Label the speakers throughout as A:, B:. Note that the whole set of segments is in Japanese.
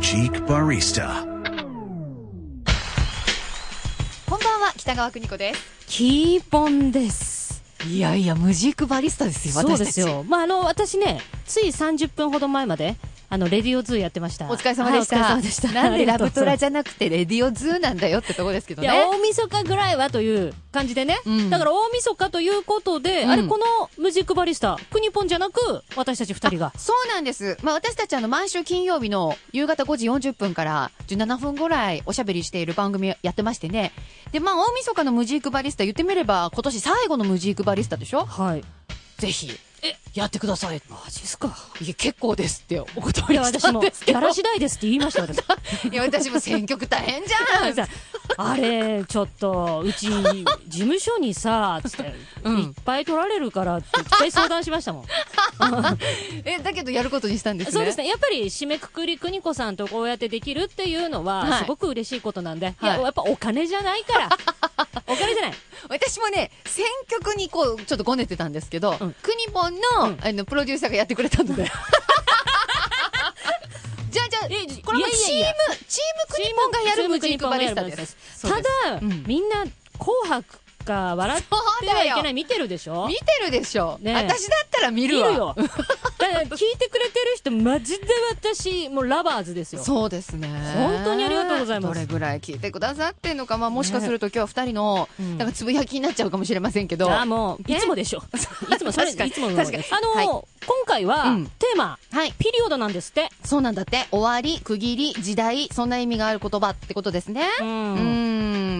A: Cheek Barista.
B: こんばんは北川邦子です。
C: キーポンです。
B: いやいやムジークバリスタですよ
C: そうです。よ。まあ、あの、私ね、つい30分ほど前まで、あの、レディオズーやってました。
B: お疲れ様でした。
C: はいお疲れ様でした。
B: なんでラブトラ
C: じ
B: じゃなくてレディオズーなんだよってとこですけど
C: いや、
B: ね。
C: 大晦日ぐらいはという感じでね。
B: うん
C: だから大晦日ということで、
B: うん
C: あれ、このムジックバリスタ、クニポンじゃなく、私たち二人が。
B: そうなんです。まあ私たちあの毎週金曜日の夕方5時40分から17分ぐらいおしゃべりしている番組やってましてね。でまあ大晦日のムジークバリスタ言ってみれば今年最後のムジークバリスタでしょ。
C: はい。
B: ぜひやってください。
C: マジっすか。
B: いや結構ですってお断
C: い
B: り
C: や、
B: した
C: 私
B: ん
C: も、
B: ですけ
C: ギ
B: ど
C: ャ。ラ次第ですって言いました、私。
B: いや私も選曲大変じ ゃん。
C: さあれ、ちょっと、うち、事務所にさ、つって、
B: うん
C: いっぱい取られるからって、いっぱい相談しましたもん。
B: えだけどやることにしたんですね。
C: そうですね。やっぱり締めくくり邦子さんとこうやってできるっていうの
B: はい
C: は、すごく嬉しいことなんで。い
B: は
C: や、
B: い
C: やっぱお金じゃない から。お金じゃない。
B: 私もね、選曲にこう、ちょっとごねてたんですけど、
C: うん
B: くにぼんの、
C: うん
B: あの、プロデューサーがやってくれたので。 じゃあじゃあ、
C: え
B: これも
C: いやい
B: チーム、
C: やいや
B: チームくにぼんがやるムジークバリスタです。
C: ただ、
B: うん
C: みんな、紅白か笑って
B: そうだ
C: はいけな
B: よ
C: い見てるでしょ
B: 見てるでしょ、
C: ねえ
B: 私だったら見
C: 見
B: るわ。
C: よ。だから聞いてくれてる人、マジで私、もうラバーズですよ。
B: そうですね。
C: 本当にありがとうございます
B: どれぐらい聞いてくださってんのか、まあもしかすると今日は二人の、
C: うん
B: なんかつぶやきになっちゃうかもしれませんけど。
C: あもう、
B: ね
C: いつもでしょ。いつも、それ、い
B: 確かに
C: つものです
B: 確か
C: あ
B: に
C: のー、今回は、
B: うん
C: テーマ、
B: はい。
C: ピリオドなんですって。
B: そうなんだって。終わり、区切り、時代、そんな意味がある言葉ってことですね。う
C: うん。
B: ー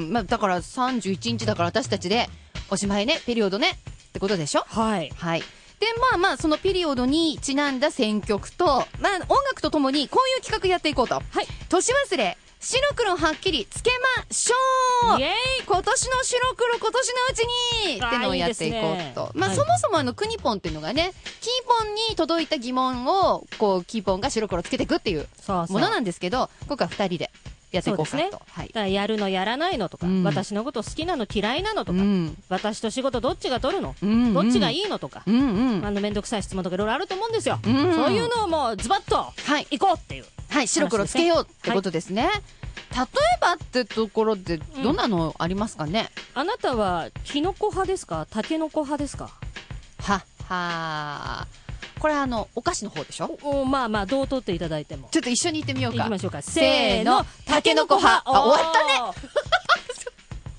B: ん、まあ、だから31日だから私たちでおしまいね、ピリオドねってことでしょ
C: はい。
B: はい。で、まあまあ、そのピリオドにちなんだ選曲と、まあ、音楽とともにこういう企画やっていこうと。
C: はい。
B: 年忘れ、白黒はっきりつけましょう
C: イエーイ
B: 今年の白黒今年のうちにってのをやっていこうと。
C: あーいいですね
B: まあ、
C: はい
B: そもそもあの、クニポンっていうのがね、キーポンに届いた疑問を、こう、キーポンが白黒つけていくっていう
C: そうそう。
B: ものなんですけど、今回は二人でやっていこうかと。
C: そうですね
B: はい
C: だ。からやるのやらないのとか、
B: うん
C: 私のこと好きなの嫌いなのとか、
B: うん
C: 私と仕事どっちが取るの、
B: うん
C: どっちがい
B: い
C: いのとか、
B: うんうん
C: あの、めんどくさい質問とかいろいろあると思うんですよ。
B: うん
C: そういうのをもうズバッと、
B: はい
C: 行こうっていう。
B: はい白黒つけようってことですね、例えばってところでどんなのありますかね、
C: あなたは、キノコ派ですかタケノコ派ですか
B: ははーこれあのお菓子の方でしょ
C: おまあまあ、どう取っていただいても。
B: ちょっと一緒に行ってみよう
C: 行
B: か
C: きましょうか。
B: せ
C: せ
B: ー
C: ー
B: の
C: の、
B: タ
C: タ
B: ケ
C: ケ
B: ノ
C: ノ
B: コ
C: コ
B: 派あ
C: 派。
B: 終わった
C: ね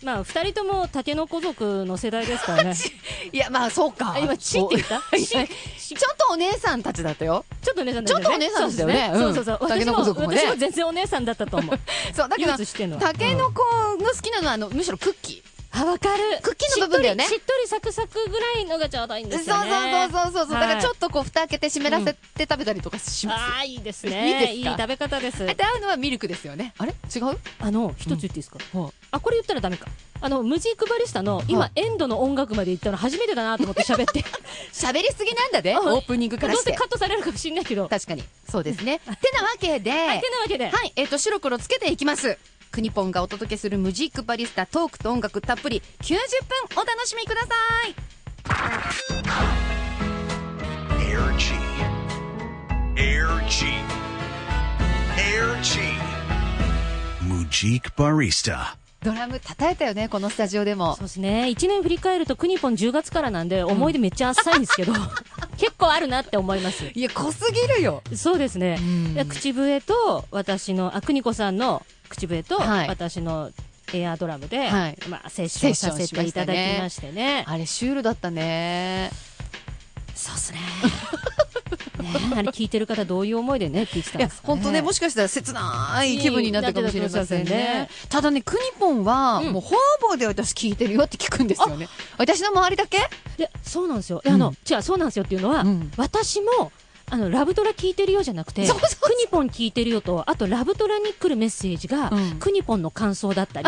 C: まあ、二人ともタケノコ族の世代ですからね。
B: いやまあそうか
C: あ今、チって言った
B: おちょっとお姉さんたちだったよ
C: ちょっとお姉さん
B: ちょっとお姉さんですよね
C: そう
B: うん
C: そうそう。
B: 竹
C: 私
B: の
C: も
B: 子族もね
C: 私も全然お姉さんだったと思う。
B: そうだけ
C: 唯
B: ど
C: 一してんのは。
B: たけ
C: う
B: の
C: ん
B: この好きなのはあのむしろクッキ
C: あ、わかる。
B: クッキーの部分だよね
C: しっとりしっとりサクサクぐらいのがちょうどいいん
B: ー、
C: です
B: そう
C: よ
B: そう
C: ね。
B: そうそうそう、だからちょっとこう蓋開けて湿らせ
C: う
B: て食べたりとかします、
C: ああ、いいで す
B: い
C: ね。
B: い
C: い
B: で
C: い
B: すか
C: 食べ方です
B: あ。と合うのはミルクですよねあれ違う
C: あの、一つ言っていいですか
B: うんはい
C: あ、これ言ったらダメか。あの、ムジークバリスタの、
B: は
C: 今
B: い、
C: エンドの音楽まで行ったの初めてだなと思って 喋って。
B: 喋りすぎなんだね
C: あ
B: オープニングか
C: ど
B: ら
C: う
B: し
C: せ
B: て
C: カットされるかもしれないけど。
B: 確かにそうですねてなわけでは
C: はい、
B: い
C: てなわけで。
B: えっ、と白黒つけていきますクニポンがお届けするムジックバリスタトークと音楽たっぷり90分お楽しみください
A: Air G. Air G. Air G. Mujik Barista.
B: ドラム叩いたよねこのスタジオでも
C: そうですね。一年振り返ると、クニポン10月からなんで、思い出めっちゃ浅いんです けど、結構あるなって思います。
B: いや濃すぎるよ
C: そうですね
B: うん。
C: で口笛と、私の、あ、邦子さんの口笛と、
B: はい
C: 私のエアドラムで、
B: はい
C: まあ、セッションさせていただきましてね。
B: あれシュールだったね
C: そうっすね。ねえ あれ聞いてる方どういう思いでね、聞いてた
B: い
C: ん
B: や
C: ですか、ね。
B: 本当ね、もしかしたら切ない気分になったかもしれませんね。ただね、クニポンは、
C: うん
B: もう方々で私聞いてるよって聞くんですよね。私の周りだけ
C: で、そうなんですよ。
B: うん
C: あの、違う、そうなんですよっていうのは、
B: うん
C: 私も、あの、ラブトラ聞いてるよじゃなくて、
B: そうそうそう
C: クニポン聞いてるよと、あとラブトラに来るメッセージが、
B: うん
C: クニポンの感想だったり、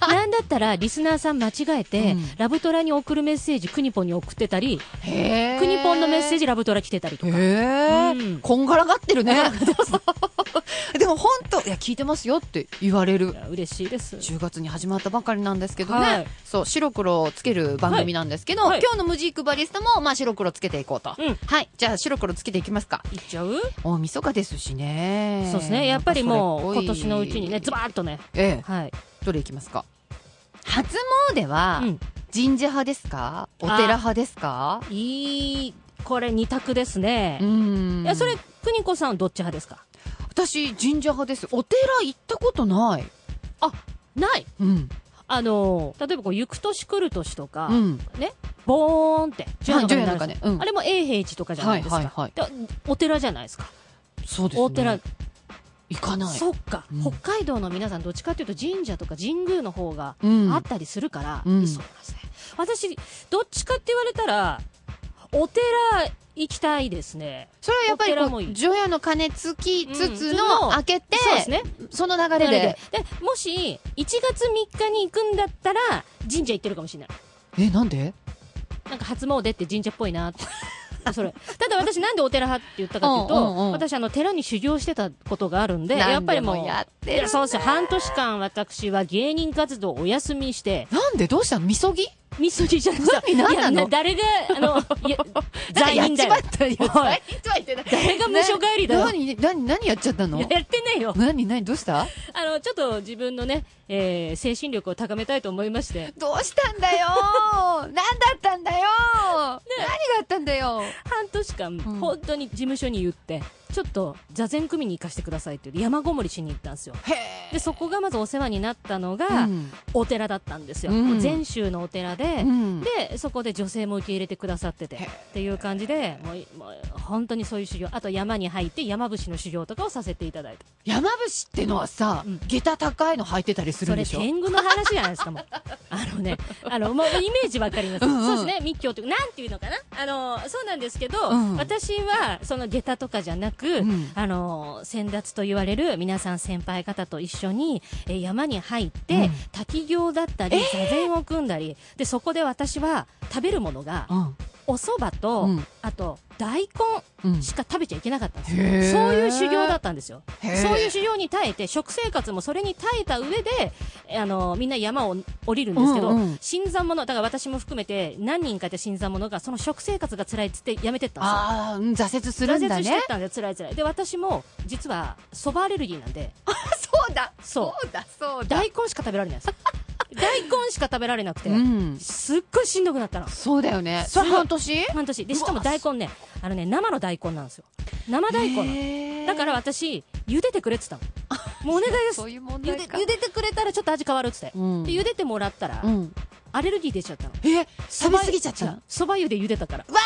C: なんだったらリスナーさん間違えて、
B: うん
C: ラブトラに送るメッセージクニポンに送ってたり、
B: へ
C: クニポンのメッセー
B: ジ。
C: ジラブトラ来てたりと
B: へ
C: か。
B: え、
C: うん
B: こんがらがってるね。 でも本当、いや、聞いてますよって言われる
C: い。や嬉しいです。
B: 10月に始まったばかりなんですけどね、
C: はい
B: そう白黒をつける番組なんですけど、
C: はいはい
B: 今日のムジークバリスタも、まあ、白黒つけていこうと、
C: うん
B: はいじゃあ白黒つけていきますか
C: いっちゃう
B: 大晦日ですしね
C: そうですね。やっぱりもう今年のうちにね、ズ
B: ば
C: バーッとね。
B: ええ
C: はい。
B: どれいきますか初詣は
C: うん
B: 神社派ですか、お寺派ですか
C: いい、これ二択です
B: う
C: ね。
B: ん
C: いや、それ、クニコさんどっち派ですか
B: 私神社派ですお寺行ったことない
C: ない。
B: うん
C: あのー、例えばこう、行く年来る年とか、
B: うん
C: ね、ボーンって、
B: はい
C: 夜
B: 除夜の
C: 中
B: 鐘
C: に
B: うん
C: あれも永平寺とかじゃないですか。
B: はいはい
C: でお寺じゃないですか。
B: そうですね
C: お寺。
B: 行かない
C: そっか、
B: うん
C: 北海道の皆さんどっちかというと神社とか神宮の方が
B: うん
C: あったりするから、
B: うん
C: そうなんですね。私、どっちかって言われたら、お寺行きたいですね。
B: それはやっぱり
C: お寺
B: こ
C: もいうい
B: 除夜の鐘つきつつ
C: うん
B: の開けて、
C: そうですね。
B: その流れ
C: な
B: で。
C: ので。で、もし、1月3日に行くんだったら、神社行ってるかもしれない。
B: え、なんで
C: なんか初詣って神社っぽい なって。それ。ただ私なんでお寺派って言ったかっていうと、
B: うんうんうん
C: 私あの寺に修行してたことがあるんで、
B: 何
C: やっぱりもう、
B: でもやってる
C: いやそうですよ。半年間私は芸人活動をお休みして、
B: なんでどうしたのみそぎ
C: みそぎじゃないですか。
B: 意 味何なの
C: いや誰が、 あの、いや罪人だよ
B: なんかやっちまったよ。
C: お
B: 罪
C: い
B: 人は言ってない
C: 誰が無所帰りだよ。
B: 何、何、何やっちゃった
C: い
B: の
C: ややってねえよ。
B: 何、何、どうした
C: あの、ちょっと自分のね、えー精神力を高めたいと思いまして、
B: どうしたんだ よ何だったんだよ何があったんだよ
C: 半年間、
B: ん
C: 本当に事務所に言って、ちょっと座禅組に行かせてくださいって言って山ごもりしに行ったんですよ。
B: へ
C: で、そこがまずお世話になったの
B: え
C: が、お寺だったんですよ。
B: うん
C: もう全州のお寺で、
B: うん
C: で、そこで女性も受け入れてくださってて、
B: へえ
C: っていう感じで、もうい、もう本当にそういう修行、あと山に入って山伏の修行とかをさせていただいた。
B: 山伏ってのはさ
C: うん、
B: 下駄高いの履いてたりする
C: そ
B: ん
C: れ
B: でしょ
C: 天狗の話じゃないです か、もう。あのね、あの、もうイメージわかります。
B: うんうん
C: そうですね、密教という、なんていうのかなあの、そうなんですけど、
B: うん
C: 私は、その下駄とかじゃなく、
B: ん
C: あの、先達と言われる皆さん先輩方と一緒に、えー山に入って、
B: うん
C: 滝行だったり、座禅を組んだり、で、そこで私は食べるものが、
B: うん
C: お蕎麦と、
B: うん
C: あと、大根
B: うん
C: しか食べちゃいけなかったんですよ。
B: へー
C: そういう修行だったんですよ。
B: へー
C: そういう修行に耐えて、食生活もそれに耐えた上で、えあの、みんな山を降りるんですけど、
B: うんうん
C: 新参者、だから私も含めて何人かいた新参者が、その食生活が辛いっつってやめてったんですよ。
B: ああ、うん挫折するんだ
C: 挫折して
B: ね
C: っ。たんで辛い辛い。で、私も、実は、蕎麦アレルギーな んで、
B: そうだ
C: そう
B: だ、そう
C: 大根しか食べられな いです。大根しか食べられなくて、
B: うん。
C: すっごいしんどくなったの。
B: そうだよね。
C: す
B: そ
C: ごい
B: れ半年
C: 半年。で、しかも大根ね、あのね、生の大根なんですよ。生大根なの。
B: 根
C: だから私、茹でてくれって言ったの。もうお願いです。
B: そう
C: 茹
B: いう問
C: で
B: 題か
C: 茹でてくれたらちょっと味変わるっつって。
B: うん
C: で、茹でてもらったら、
B: うん
C: アレルギー出ちゃったの。
B: え食べ過ぎちゃった
C: そばんそば湯で茹でたから。
B: その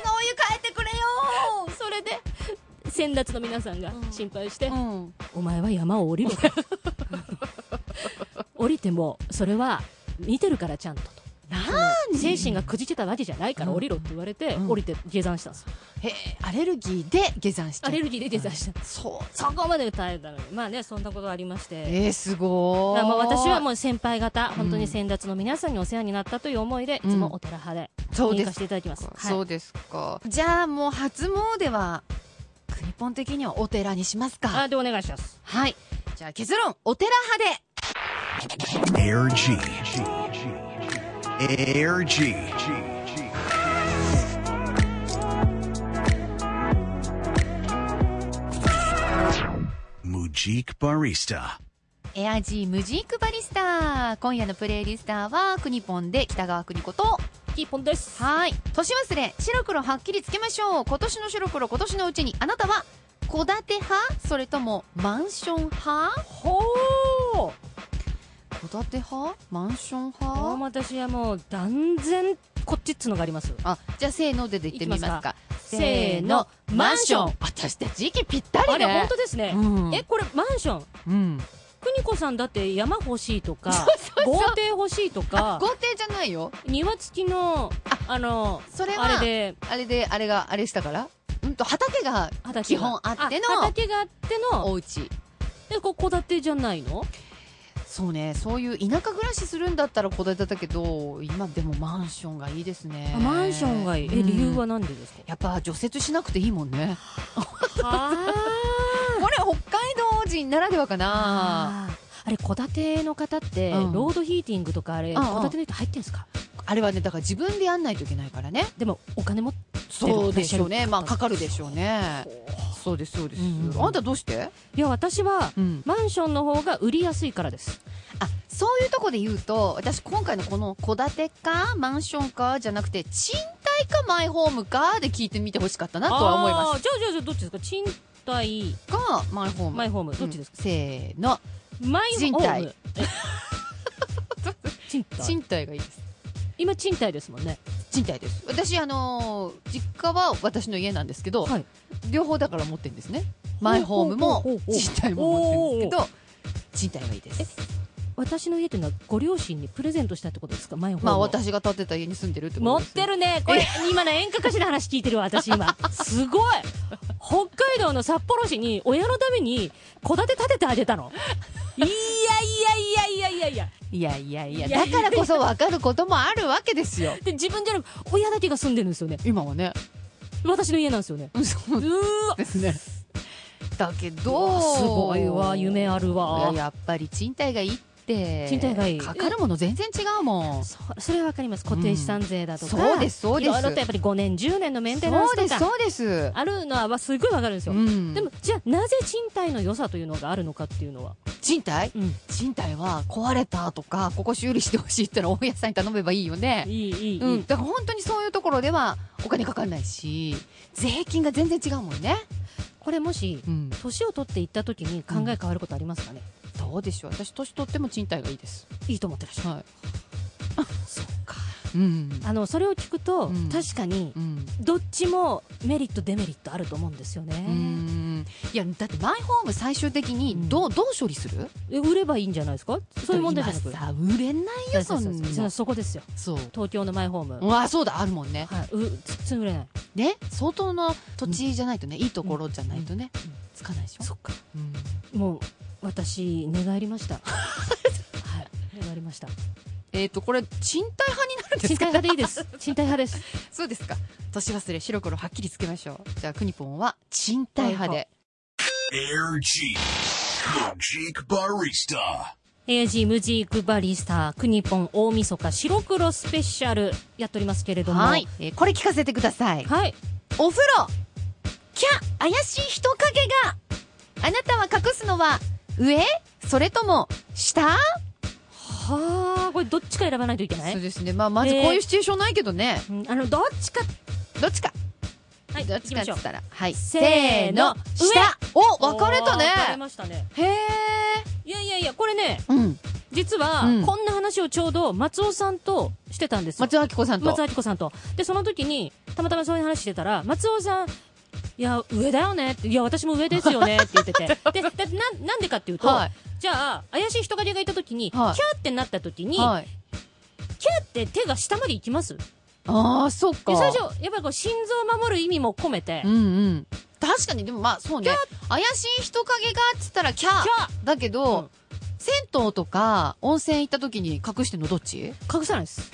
B: お湯変えてくれよ
C: それで、先達の皆さんが
B: うん
C: 心配して、
B: うん
C: お前は山を降 りるから。降りても、それは、見てるからちゃんとと。精神がくじけたわけじゃないから降りろって言われて、
B: うん
C: 降りて下山したんですよ。
B: へアレルギーで下山しちゃ
C: ア
B: う
C: レルギーで下山した。
B: そう
C: そこまで耐えたのに。まあね、そんなことありまして。
B: えー、すご
C: ま
B: ー
C: あ
B: い
C: まあ私はもう先輩方、本当に先達の皆さんにお世話になったという思いで、
B: うん
C: いつもお寺派で、
B: そう
C: 認
B: で
C: 可
B: す
C: していただきます。
B: そう
C: はい。
B: ですかじゃあもう初詣は国本的にはお寺にしますか
C: あ、でお願いします。
B: はいじゃあ結論お寺派で
A: Air G. Air G. Mujik Barista.
B: エアジームジークバリスタ今夜のプレイリスターは国本で北川邦子と
C: キーポンです。
B: はい年忘れ白黒はっきりつけましょう今年の白黒今年のうちにあなたは戸建て派それともマンション派
C: ほー
B: 戸建て派マンション
C: もう
B: 派
C: 私はもう断然こっちっつのがあります。
B: あじゃあせーのでで言ってみますか
C: いき
B: せーのマンション私たち息ぴった
C: あ
B: り
C: れ、
B: ね
C: 本当ですね。
B: うん
C: え、これマンション
B: うん
C: 邦子さんだって山欲しいと か、
B: そうそう
C: 豪邸欲しいと
B: あ
C: か、
B: 豪邸じゃないよ
C: 庭付きの、あの、
B: それは
C: あれで、
B: あれであれがあれしたからうんと畑が
C: 畑が
B: 基本あっての
C: 畑があっての、
B: お家
C: え、ここ戸建てじゃないの
B: そうねそういう田舎暮らしするんだったら戸建てだけど今でもマンションがいいですね
C: あマンションがいいえ理由
B: う
C: は
B: ん
C: 何でですか
B: やっぱ除雪しなくていいもんね
C: あ
B: これ北海道人ならではかな
C: ああれ戸建ての方って、
B: うん
C: ロードヒーティングとかあれ
B: うんうん
C: 戸建ての人入ってんですか
B: あれはねだから自分でやんないといけないからね
C: でもお金も
B: そうでしょうねまあかかるでし
C: う
B: ょうねそうですそうです、
C: うん
B: あんたどうして、
C: いや私は、
B: うん、
C: マンションの方が売りやすいからです
B: あそういうとこで言うと私今回のこの戸建てかマンションかじゃなくて賃貸かマイホームかで聞いてみてほしかったなとは思いま
C: あーじゃあじゃあじゃあどっちですか賃貸
B: すがマイホーム
C: マイホームどっちですか、
B: か、うんせーの
C: マイホー
B: 賃
C: ム
B: 貸
C: 賃貸
B: 賃貸がいいです
C: 今賃貸ですもんね
B: 賃貸です私あのー実家は私の家なんですけど、
C: はい
B: 両方だから持ってるんですねマイホームも
C: ほうほうほうほう
B: 賃貸も持ってるんですけど賃貸がいいです
C: 私の家っていうのはご両親にプレゼントしたってことですかマイホーム
B: まあ
C: を
B: 私が建てた家に住んでるってこと
C: 持っ
B: です
C: てるねこれ今ね演歌歌手の話聞いてるわ私 今すごい北海道の札幌市に親のために戸建て建ててあげたのいやいやいやいやいやいや
B: いやいやいや
C: いや
B: だからこそ分かることもあるわけですよ
C: で自分じゃなく親だけが住んでるんですよね
B: 今はね
C: 私の家なんですよね
B: うんそう
C: うーわ
B: ですね。だけ
C: う
B: ど、
C: わすごいわ夢ある
B: いや
C: わ
B: やっぱり賃貸がいいって。
C: 賃貸がいい
B: かかるもの全然違うもん。
C: そそれはわかります固定資産税だとか、
B: そうですそうです
C: いろいろとやっぱり5年10年のメンテナン
B: そう
C: ス
B: で
C: と
B: す、
C: か
B: そうです。
C: あるのはすごいわかるんですよ、
B: うん
C: でもじゃあなぜ賃貸の良さというのがあるのかっていうのは、
B: 賃貸
C: うん、
B: 賃貸は壊れたとか、ここ修理してほしいってのは大家さんに頼めばいいよね。
C: いいいいいい、
B: うん。だから本当にそういうところではお金かかんないし、税金が全然違うもんね。
C: これもし
B: うん。
C: 年を取っていった時に考え変わることありますかね、
B: どうでしょう。私年取っても賃貸がいいです。
C: いいと思ってらっしゃる
B: は
C: そうか
B: い。うん。
C: あのそれを聞くと、
B: うん
C: 確かに
B: うん。
C: どっちもメリットデメリットあると思うんですよね
B: う、んいやだってマイホーム最終的にどう,、どう処理する
C: え売ればいいんじゃないですかそういう問題じゃなく
B: 今さ売れないよ
C: そ
B: そう
C: そうんそうそ
B: な
C: うそこですよ
B: そう
C: 東京のマイホーム、
B: うわそうだあるもんね
C: はい、うつ売れない
B: ね相当の土地じゃないとね、いいところじゃないとね、
C: うん
B: つかないでしょ
C: そっか
B: うん
C: もう私寝返りました はい寝返りました
B: えっ、とこれ賃貸派になるんで
C: 賃
B: すか
C: 貸派でいいです賃貸派です
B: そうですか年忘れ白黒はっきりつけましょうじゃあくにぽんは賃貸派で
A: Air Jeep. Jeep Barista.
C: エアジームジークバリスタクニポン大晦日白黒スペシャルやっておりますけれども
B: はい、えーこれ聞かせてください
C: はい
B: お風呂キャ怪しい人影があなたは隠すのは上それとも下
C: はあこれどっちか選ばないといけない
B: そうですねまあまずこういうシチュエーションないけどね、
C: うんあのどっちか
B: どっちか
C: はい
B: ど
C: 行
B: っ
C: き
B: ちか
C: ま
B: っ
C: し
B: つ
C: ょう
B: ったらはい
C: せ
B: せ
C: ー
B: ー
C: の
B: の下お分かれたね
C: おー分かれましたね
B: へえ
C: いやいやいやこれね
B: うん
C: 実は、
B: うん
C: こんな話をちょうど松尾さんとしてたんですよ
B: 松尾明子さんと
C: 松尾明子さんと。で、その時に、たまたまそういう話してたら、松尾さん、いや、上だよねって、いや、私も上ですよねって言って て。で、でななんでかっていうと、
B: はい
C: じゃあ、怪しい人影がいた時に、
B: はい
C: キャーってなった時に、
B: はい
C: キャーって手が下まで行きますで、
B: ああそっか
C: 最初、やっぱりこう、心臓を守る意味も込めて
B: うん、うん確かにでもまあそうね怪しい人影がっつったらキャー
C: キャー
B: だけ
C: う
B: ど、
C: ん
B: 銭湯とか温泉行った時に隠してんのどっち
C: 隠さな いです。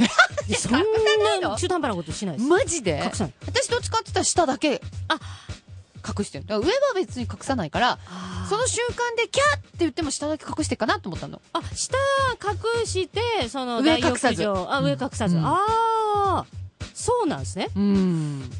C: いやそんな
B: の
C: 中途半端なことしないです。
B: マジで
C: 隠さない。
B: 私どっちかって言ったら下だけ
C: あ
B: 隠してるだから上は別に隠さないからそ
C: その
B: の瞬間でキャーって言っても下だけ隠してっかなと思ったの
C: あ、下隠して、その、
B: 上
C: 大
B: 隠
C: 浴
B: さず
C: 場、あ、上隠さず。
B: うん
C: ああ、そうなんですね。
B: うん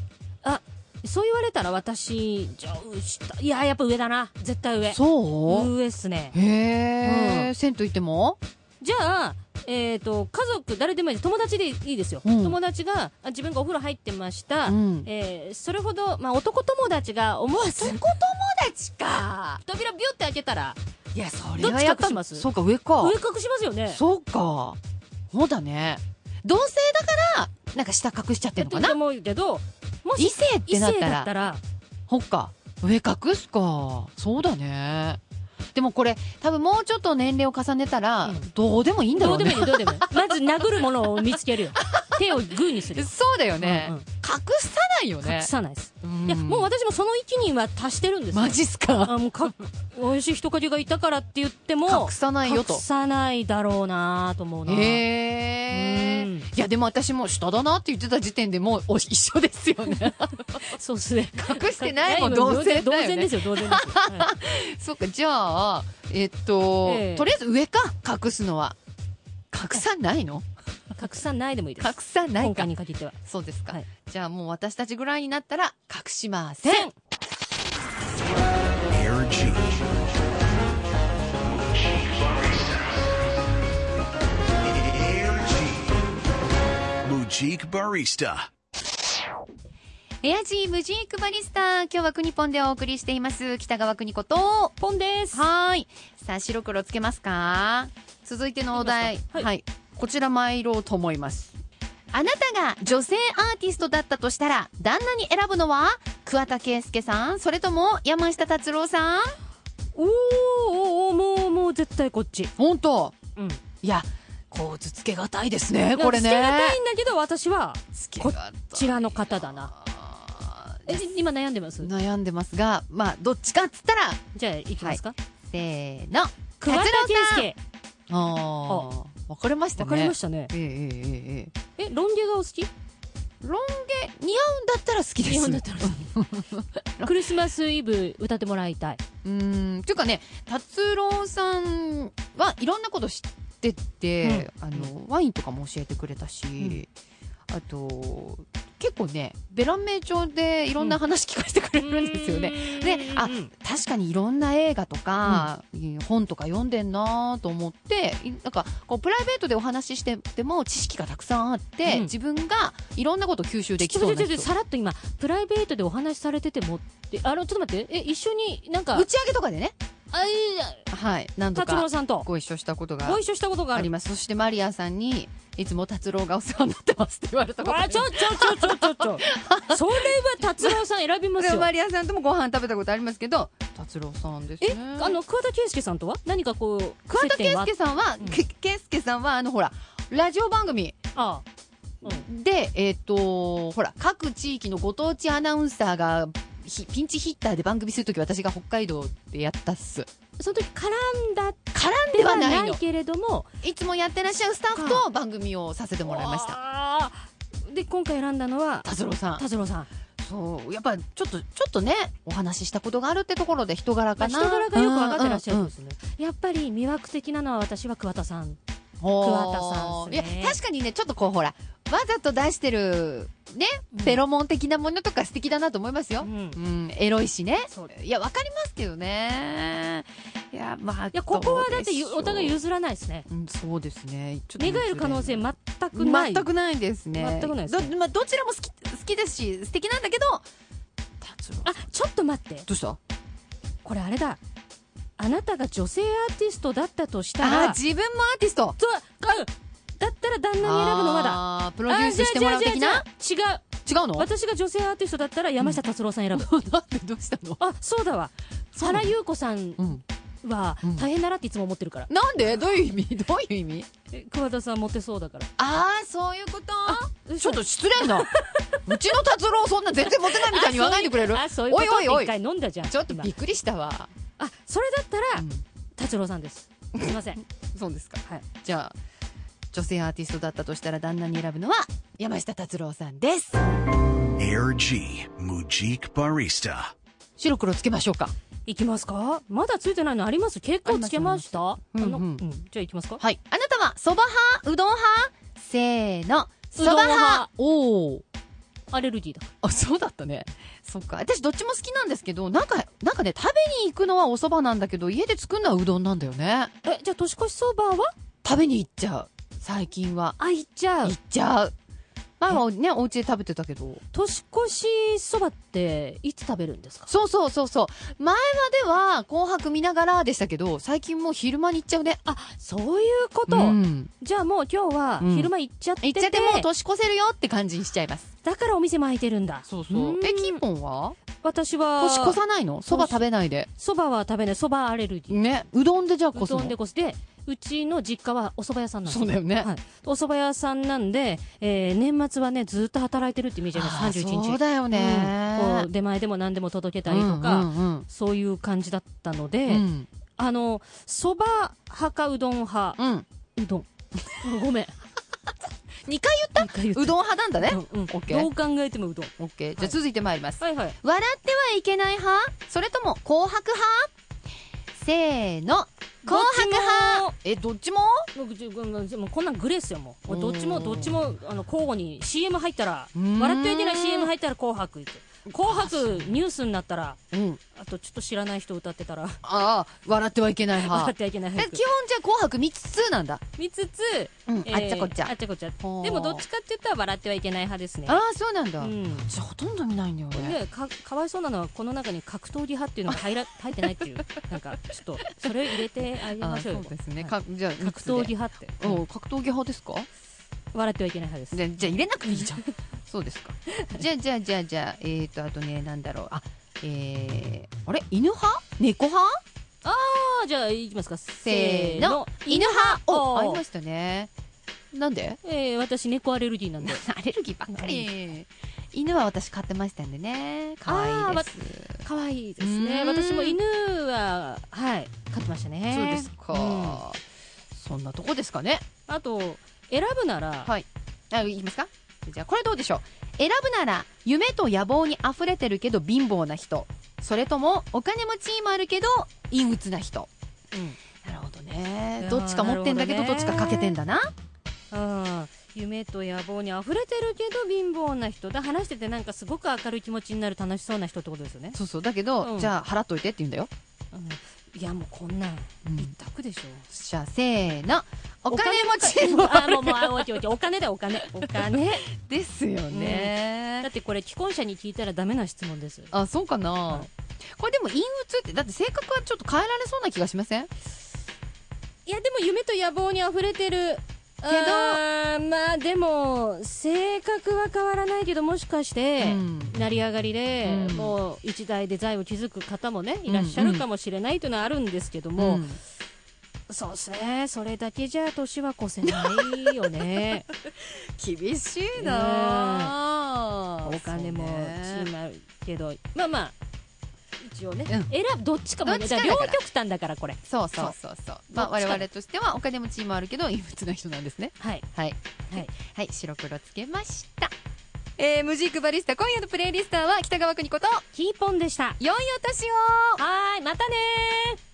C: あそう言われたら私じゃあ下いややっぱ上だな絶対上
B: そう
C: 上っすね
B: へえ、
C: うん
B: 銭湯行っても
C: じゃあえっ、と家族誰でもいいです友達でいいですよ、
B: うん
C: 友達があ自分がお風呂入ってました、
B: うん
C: えーそれほど、まあ、男友達が思わず
B: 友達か
C: 扉ビュって開けたら
B: いやそれは
C: ど
B: や
C: っ
B: っ
C: ち隠
B: ぱ
C: します
B: そうか上か
C: 上隠しますよね
B: そうかそうだね同性だからなんか下隠しちゃって
C: や
B: る
C: っ
B: のか
C: てる
B: な
C: と思うけども
B: 異
C: し
B: 性っ
C: 異
B: てなっ
C: 性
B: た
C: だ
B: ら
C: ったら
B: ほっか上隠すかそうだねでもこれ多分もうちょっと年齢を重ねたら、
C: うん
B: どうでもいいんだろ
C: どう
B: う
C: でも
B: ね
C: いいどうでもいいまず殴るものを見つけるよ手をグーにするよ
B: そうだよね、
C: うんうん
B: 隠隠さないよね
C: 隠。さないです。
B: い
C: いや、もう私もその域には達してるんですよ。
B: マジっすか
C: あもうか美味しい人影がいたからって言っても
B: 隠さないよと
C: 隠さないだろうなと思うな
B: へえ
C: うん
B: いやでも私も下だなって言ってた時点でもうお一緒ですよね
C: そうっすね
B: 隠してないもん
C: や
B: 同然
C: 同
B: だよ
C: 然で
B: ね
C: すよ同然ですよ、は
B: そっかじゃあえっと、
C: ええ
B: とりあえず上か隠すのは隠さないの
C: い隠さないでもいいです
B: 隠さない
C: 今
B: か
C: 回に限っては
B: そうですか、
C: はい
B: じゃあもう私たちぐらいになったら隠しません
C: 千
A: Air G. Air G. Mujik Barista.
B: エアジームジークバリスタ今日はクニポンでお送りしています北川邦子と
C: ポンです
B: はーい。さあ、白黒つけますか続いてのお題
C: いきます。か
B: は、
C: はいい
B: こちら参ろうと思います。あなたが女性アーティストだったとしたら、旦那に選ぶのは、桑田佳祐さんそれとも、山下達郎さん
C: おーおーおーもうもう絶対こっち
B: 本当
C: うん
B: いや、構図つけがたいですね、
C: いや
B: これね。
C: 捨てがたいんだけど私は
B: つ
C: けがたいこちらの方だなえ今悩んでます
B: 悩んでますが、まあ、どっちかっつったら、
C: じゃあ行きますか、
B: せーの。
C: 桑田
B: 達郎さん
C: 佳
B: あー分かれましたね。
C: 祐わかりましたね
B: ええええええええ。
C: えロン毛がお好き
B: ロン毛似合うんだったら好きです。
C: 日本だったら クリスマスイブ歌ってもらいたい、
B: うん。というかね、達郎さんはいろんなこと知ってて、あの、ワインとかも教えてくれたし、あと、結構ね、ベラン名調でいろんな話聞かせ てくれるんですよね。であ
C: うん
B: 確かにいろんな映画とか、本とか読んでんなと思っていなんかこうプライベートでお話ししてても知識がたくさんあって、
C: うん
B: 自分がいろんなことを吸収でき
C: ちょ
B: そう
C: ち
B: な
C: ょ
B: 人
C: ちょさらっと今プライベートでお話しされててもってあのちょっと待ってえ一緒になんか
B: 打ち上げとかでね、
C: あいや
B: はい、何度
C: 達
B: か
C: 郎さんと
B: ご一緒したことが
C: ご一緒したことが
B: あ
C: あ
B: り
C: る
B: ます。そしてマリアさんに、いつも達郎がお世話になってますって言われたことが
C: あちょちょちょちょちょち ょそれは達郎さん選びます
B: で
C: よ
B: マリアさんともご飯食べたことありますけど、達郎さんですね。
C: えあの桑田佳祐さんとは何かこう
B: 桑田
C: 接点
B: 佳
C: は
B: 祐さんは、
C: うん
B: け佳祐さんは、あの、ほら、ラジオ番組
C: ああ、
B: で、えっ、と、ほら、各地域のご当地アナウンサーが、ひピンチヒッターで番組するとき私が北海道でやったっす。
C: その時絡ん
B: 絡ん
C: だで
B: で
C: は
B: は
C: な
B: ない
C: い
B: の。
C: けれども
B: いつもやってらっしゃるスタッフと番組をさせてもらいました。
C: たで今回選んだのは
B: 達郎さん。
C: 達郎さん
B: そうやっぱちょっとちょっとねお話ししたことがあるってところで人柄
C: ま
B: か
C: あ、
B: な、
C: 人柄がよく分かってらっしゃる
B: うんんうんう
C: で
B: ん
C: すね、やっぱり魅惑的なのは私は桑田さん
B: ほう
C: 桑田さんっすね
B: いや確かにねちょっとこうほらわざと出してるねフェロモン的なものとか素敵だなと思いますよ、うん
C: い
B: エロいしね
C: そうで
B: いやわかりますけどねいやまあい
C: やここはだってゆお互い譲らないですね
B: うん、そうですねちょっと
C: 寝
B: 譲れ
C: 返る可能性全くない
B: 全くないですね
C: 全くないですね
B: ど,、まあ、どちらも好き好きですし素敵なんだけど達郎
C: あちょっと待って
B: どうした
C: これあれだあなたが女性アーティストだったとした
B: あ
C: ら
B: あ自分もアーティスト
C: そうあだったら旦那に選ぶのはだ
B: あープロデュースしてもらう的な
C: あじゃあじゃあじゃあ違
B: 違
C: う
B: う の
C: 私が女性アーティストだったら山下達郎さん選ぶ、
B: なんでどうしたの
C: あそうだわ
B: そうなの
C: 原優子さん
B: うん。
C: は
B: うん
C: 大変だなっていつも思ってるから、
B: なんでどういう意味どういう意味
C: え桑田さんモテそうだから
B: ああ、そういうこと
C: 嘘
B: ちょっと失礼 な。うちの達郎そんな全然モテないみたいに言わないでくれる
C: あそういうこと
B: おいおいおい
C: 一回飲んだじゃん
B: ちょっと
C: 今
B: びっくりしたわ。
C: あそれだった
B: う
C: ら
B: ん
C: 達郎さんですすいません
B: そうですか。
C: はい
B: じゃあ、女性アーティストだったとしたら旦那に選ぶのは山下達郎さんです。
A: Air G. Mujik Barista.
B: 白黒つけましょうか。
C: いきますかまだついてないのあります結構つけましたあ
B: ります
C: の
B: うんうん
C: うんじゃあいきますか
B: はい。あなたはそば派うどん派せーの。そば
C: うどん
B: 派
C: 派
B: おお。
C: アレルギーだか
B: あ、そうだったね。そっか。私どっちも好きなんですけど、なんか、なんかね、食べに行くのはお蕎麦なんだけど、家で作るのはうどんなんだよね。
C: らえじゃあ年越しそばは
B: 食べに行っちゃう。最近は。
C: あいっちゃ
B: 行
C: う
B: っちゃう。前はね、お家で食べてたけど。
C: 年越しそばっていつ食べるんですか
B: そうそうそうそう。前までは紅白見ながらでしたけど、最近もう昼間に行っちゃうね。
C: あそういうこと、
B: うん
C: じゃあもう今日は
B: うん
C: 昼間行っちゃってて、
B: 行っちゃってもう年越せるよって感じにしちゃいます。
C: だからお店も開いてるんだん
B: え、キンポンは
C: 私は
B: 年越さないの蕎麦食べないで。
C: そばは食べないそばアレルギー
B: ね。うどんでじゃあ
C: う
B: こそ
C: どんでこすでうちの実家はお蕎麦屋さんなんです
B: そうだよね
C: はい、お蕎麦屋さんなんで、えー年末はね、ずっと働いてるってイメージです、
B: あー
C: 31日。
B: そうだよね
C: うんこう出前でも何でも届けたりとか、
B: うんうん
C: そういう感じだったので、
B: うんうん
C: あの、蕎麦派かうどん派、
B: うん
C: うどん。ごめん。
B: 2回言
C: 一回言っ
B: うどん派なんだね
C: た。うんうん
B: オッケー
C: どう考えてもうどん。
B: オッケーじゃ
C: は
B: あ
C: い
B: 続いてまいります、
C: はいはい。
B: 笑ってはいけない派それとも紅白派せーの紅白派えどっちも
C: もうじうんもうこんなんグレーっすよ、もう。もうどっちも
B: うん
C: どっちも、あの、交互に CM 入ったら、
B: うん
C: 笑ってはいけない CM 入ったら紅白行く。紅白ニュースになったら、
B: うん
C: あとちょっと知らない人歌ってたら、
B: ああ笑ってはいけない
C: 笑
B: 派
C: ってはいけない
B: え基
C: 俳
B: 本
C: 句
B: じゃあ紅白3つなんだ、
C: 見つつ、
B: うん
C: えー
B: あっちゃこっちゃ
C: あっちゃこっちゃ。で
B: ほう
C: もどっちかって言ったら笑ってはいけない派ですね。
B: ああそうなんだ、
C: うん。
B: じゃあほとんど見ないんだよね
C: でかかわいそうなのはこの中に格闘技派っていうのが 入ら入ってないっていうなんかちょっとそれを入れてあげ
B: あ
C: ま
B: あ
C: しょ
B: そう
C: よ
B: うですね、
C: はい
B: かじゃあ三
C: 格
B: つで
C: 闘技派って、
B: おう格闘技派ですか
C: 笑ってはいけない派です
B: じゃあじゃあ入れなくていいじゃん そうですかじゃあじゃあじゃあじゃあえーとあとねなんだろうあえー、あれ犬派猫派
C: あーじゃあいきますか
B: せ
C: せ
B: ー
C: ー
B: の
C: の、
B: 犬派
C: お
B: お
C: ー
B: 合いましたねなん で
C: えー、私猫アレルギーなんで
B: アレルギーばっかり犬は私飼ってましたんでね可愛いです、
C: 可愛いですね
B: うん
C: 私も犬ははい飼ってましたね
B: そうです
C: うん
B: か、そんなとこですかね
C: あと選ぶなら、
B: はいあいきますかじゃあこれどうでしょう選ぶなら夢と野望に溢れてるけど貧乏な人それともお金持ちもあるけど陰鬱な人
C: うん
B: なるほどね
C: やー
B: どっちか持ってんだけど
C: な
B: ど
C: るほどね
B: っちか欠けてんだな
C: うん夢と野望に溢れてるけど貧乏な人で話しててなんかすごく明るい気持ちになる楽しそうな人ってことですよね、
B: そうそうだけど、
C: うん
B: じゃあ払っといてって言うんだよ、
C: うん、いやもうこんなん一択でしょ、
B: じゃあせーのお金持ちも
C: あもうもうあオッケーオッケーお金だよお金お金
B: ですよ ね
C: だ、ってこれ既婚者に聞いたらダメな質問です
B: あそうかな、
C: はい
B: これでも陰鬱ってだって性格はちょっと変えられそうな気がしません
C: いやでも夢と野望に溢れてるけ
B: ど
C: まあでも性格は変わらないけどもしかして、
B: うん
C: 成り上がりで、
B: うん
C: もう一代で財を築く方もねいらっしゃるかもしれないというのはあるんですけども、
B: うん
C: そうですね。それだけじゃ年は越せないよね。
B: 厳しいな あ
C: お金も
B: そうね
C: ちまうけど、まあまあ、一応ね、
B: うん
C: 選ぶ、どっちかもね、
B: どっちかだから
C: 両極端だからこれ。
B: そうそうそうそうまあ
C: どっち
B: 我
C: か
B: 々としてはお金持ちもあるけど陰鬱な人なんですね
C: はい。
B: はい
C: はい
B: はい白黒つけましたえー、ムジークバリスタ今夜のプレイリスターは北川邦子と
C: キーポンでした。
B: 良いお年を
C: はーい、またねー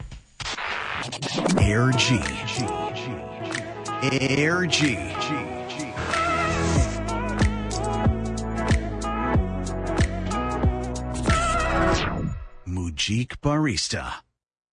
A: Air G. Air G. Mujik Barista.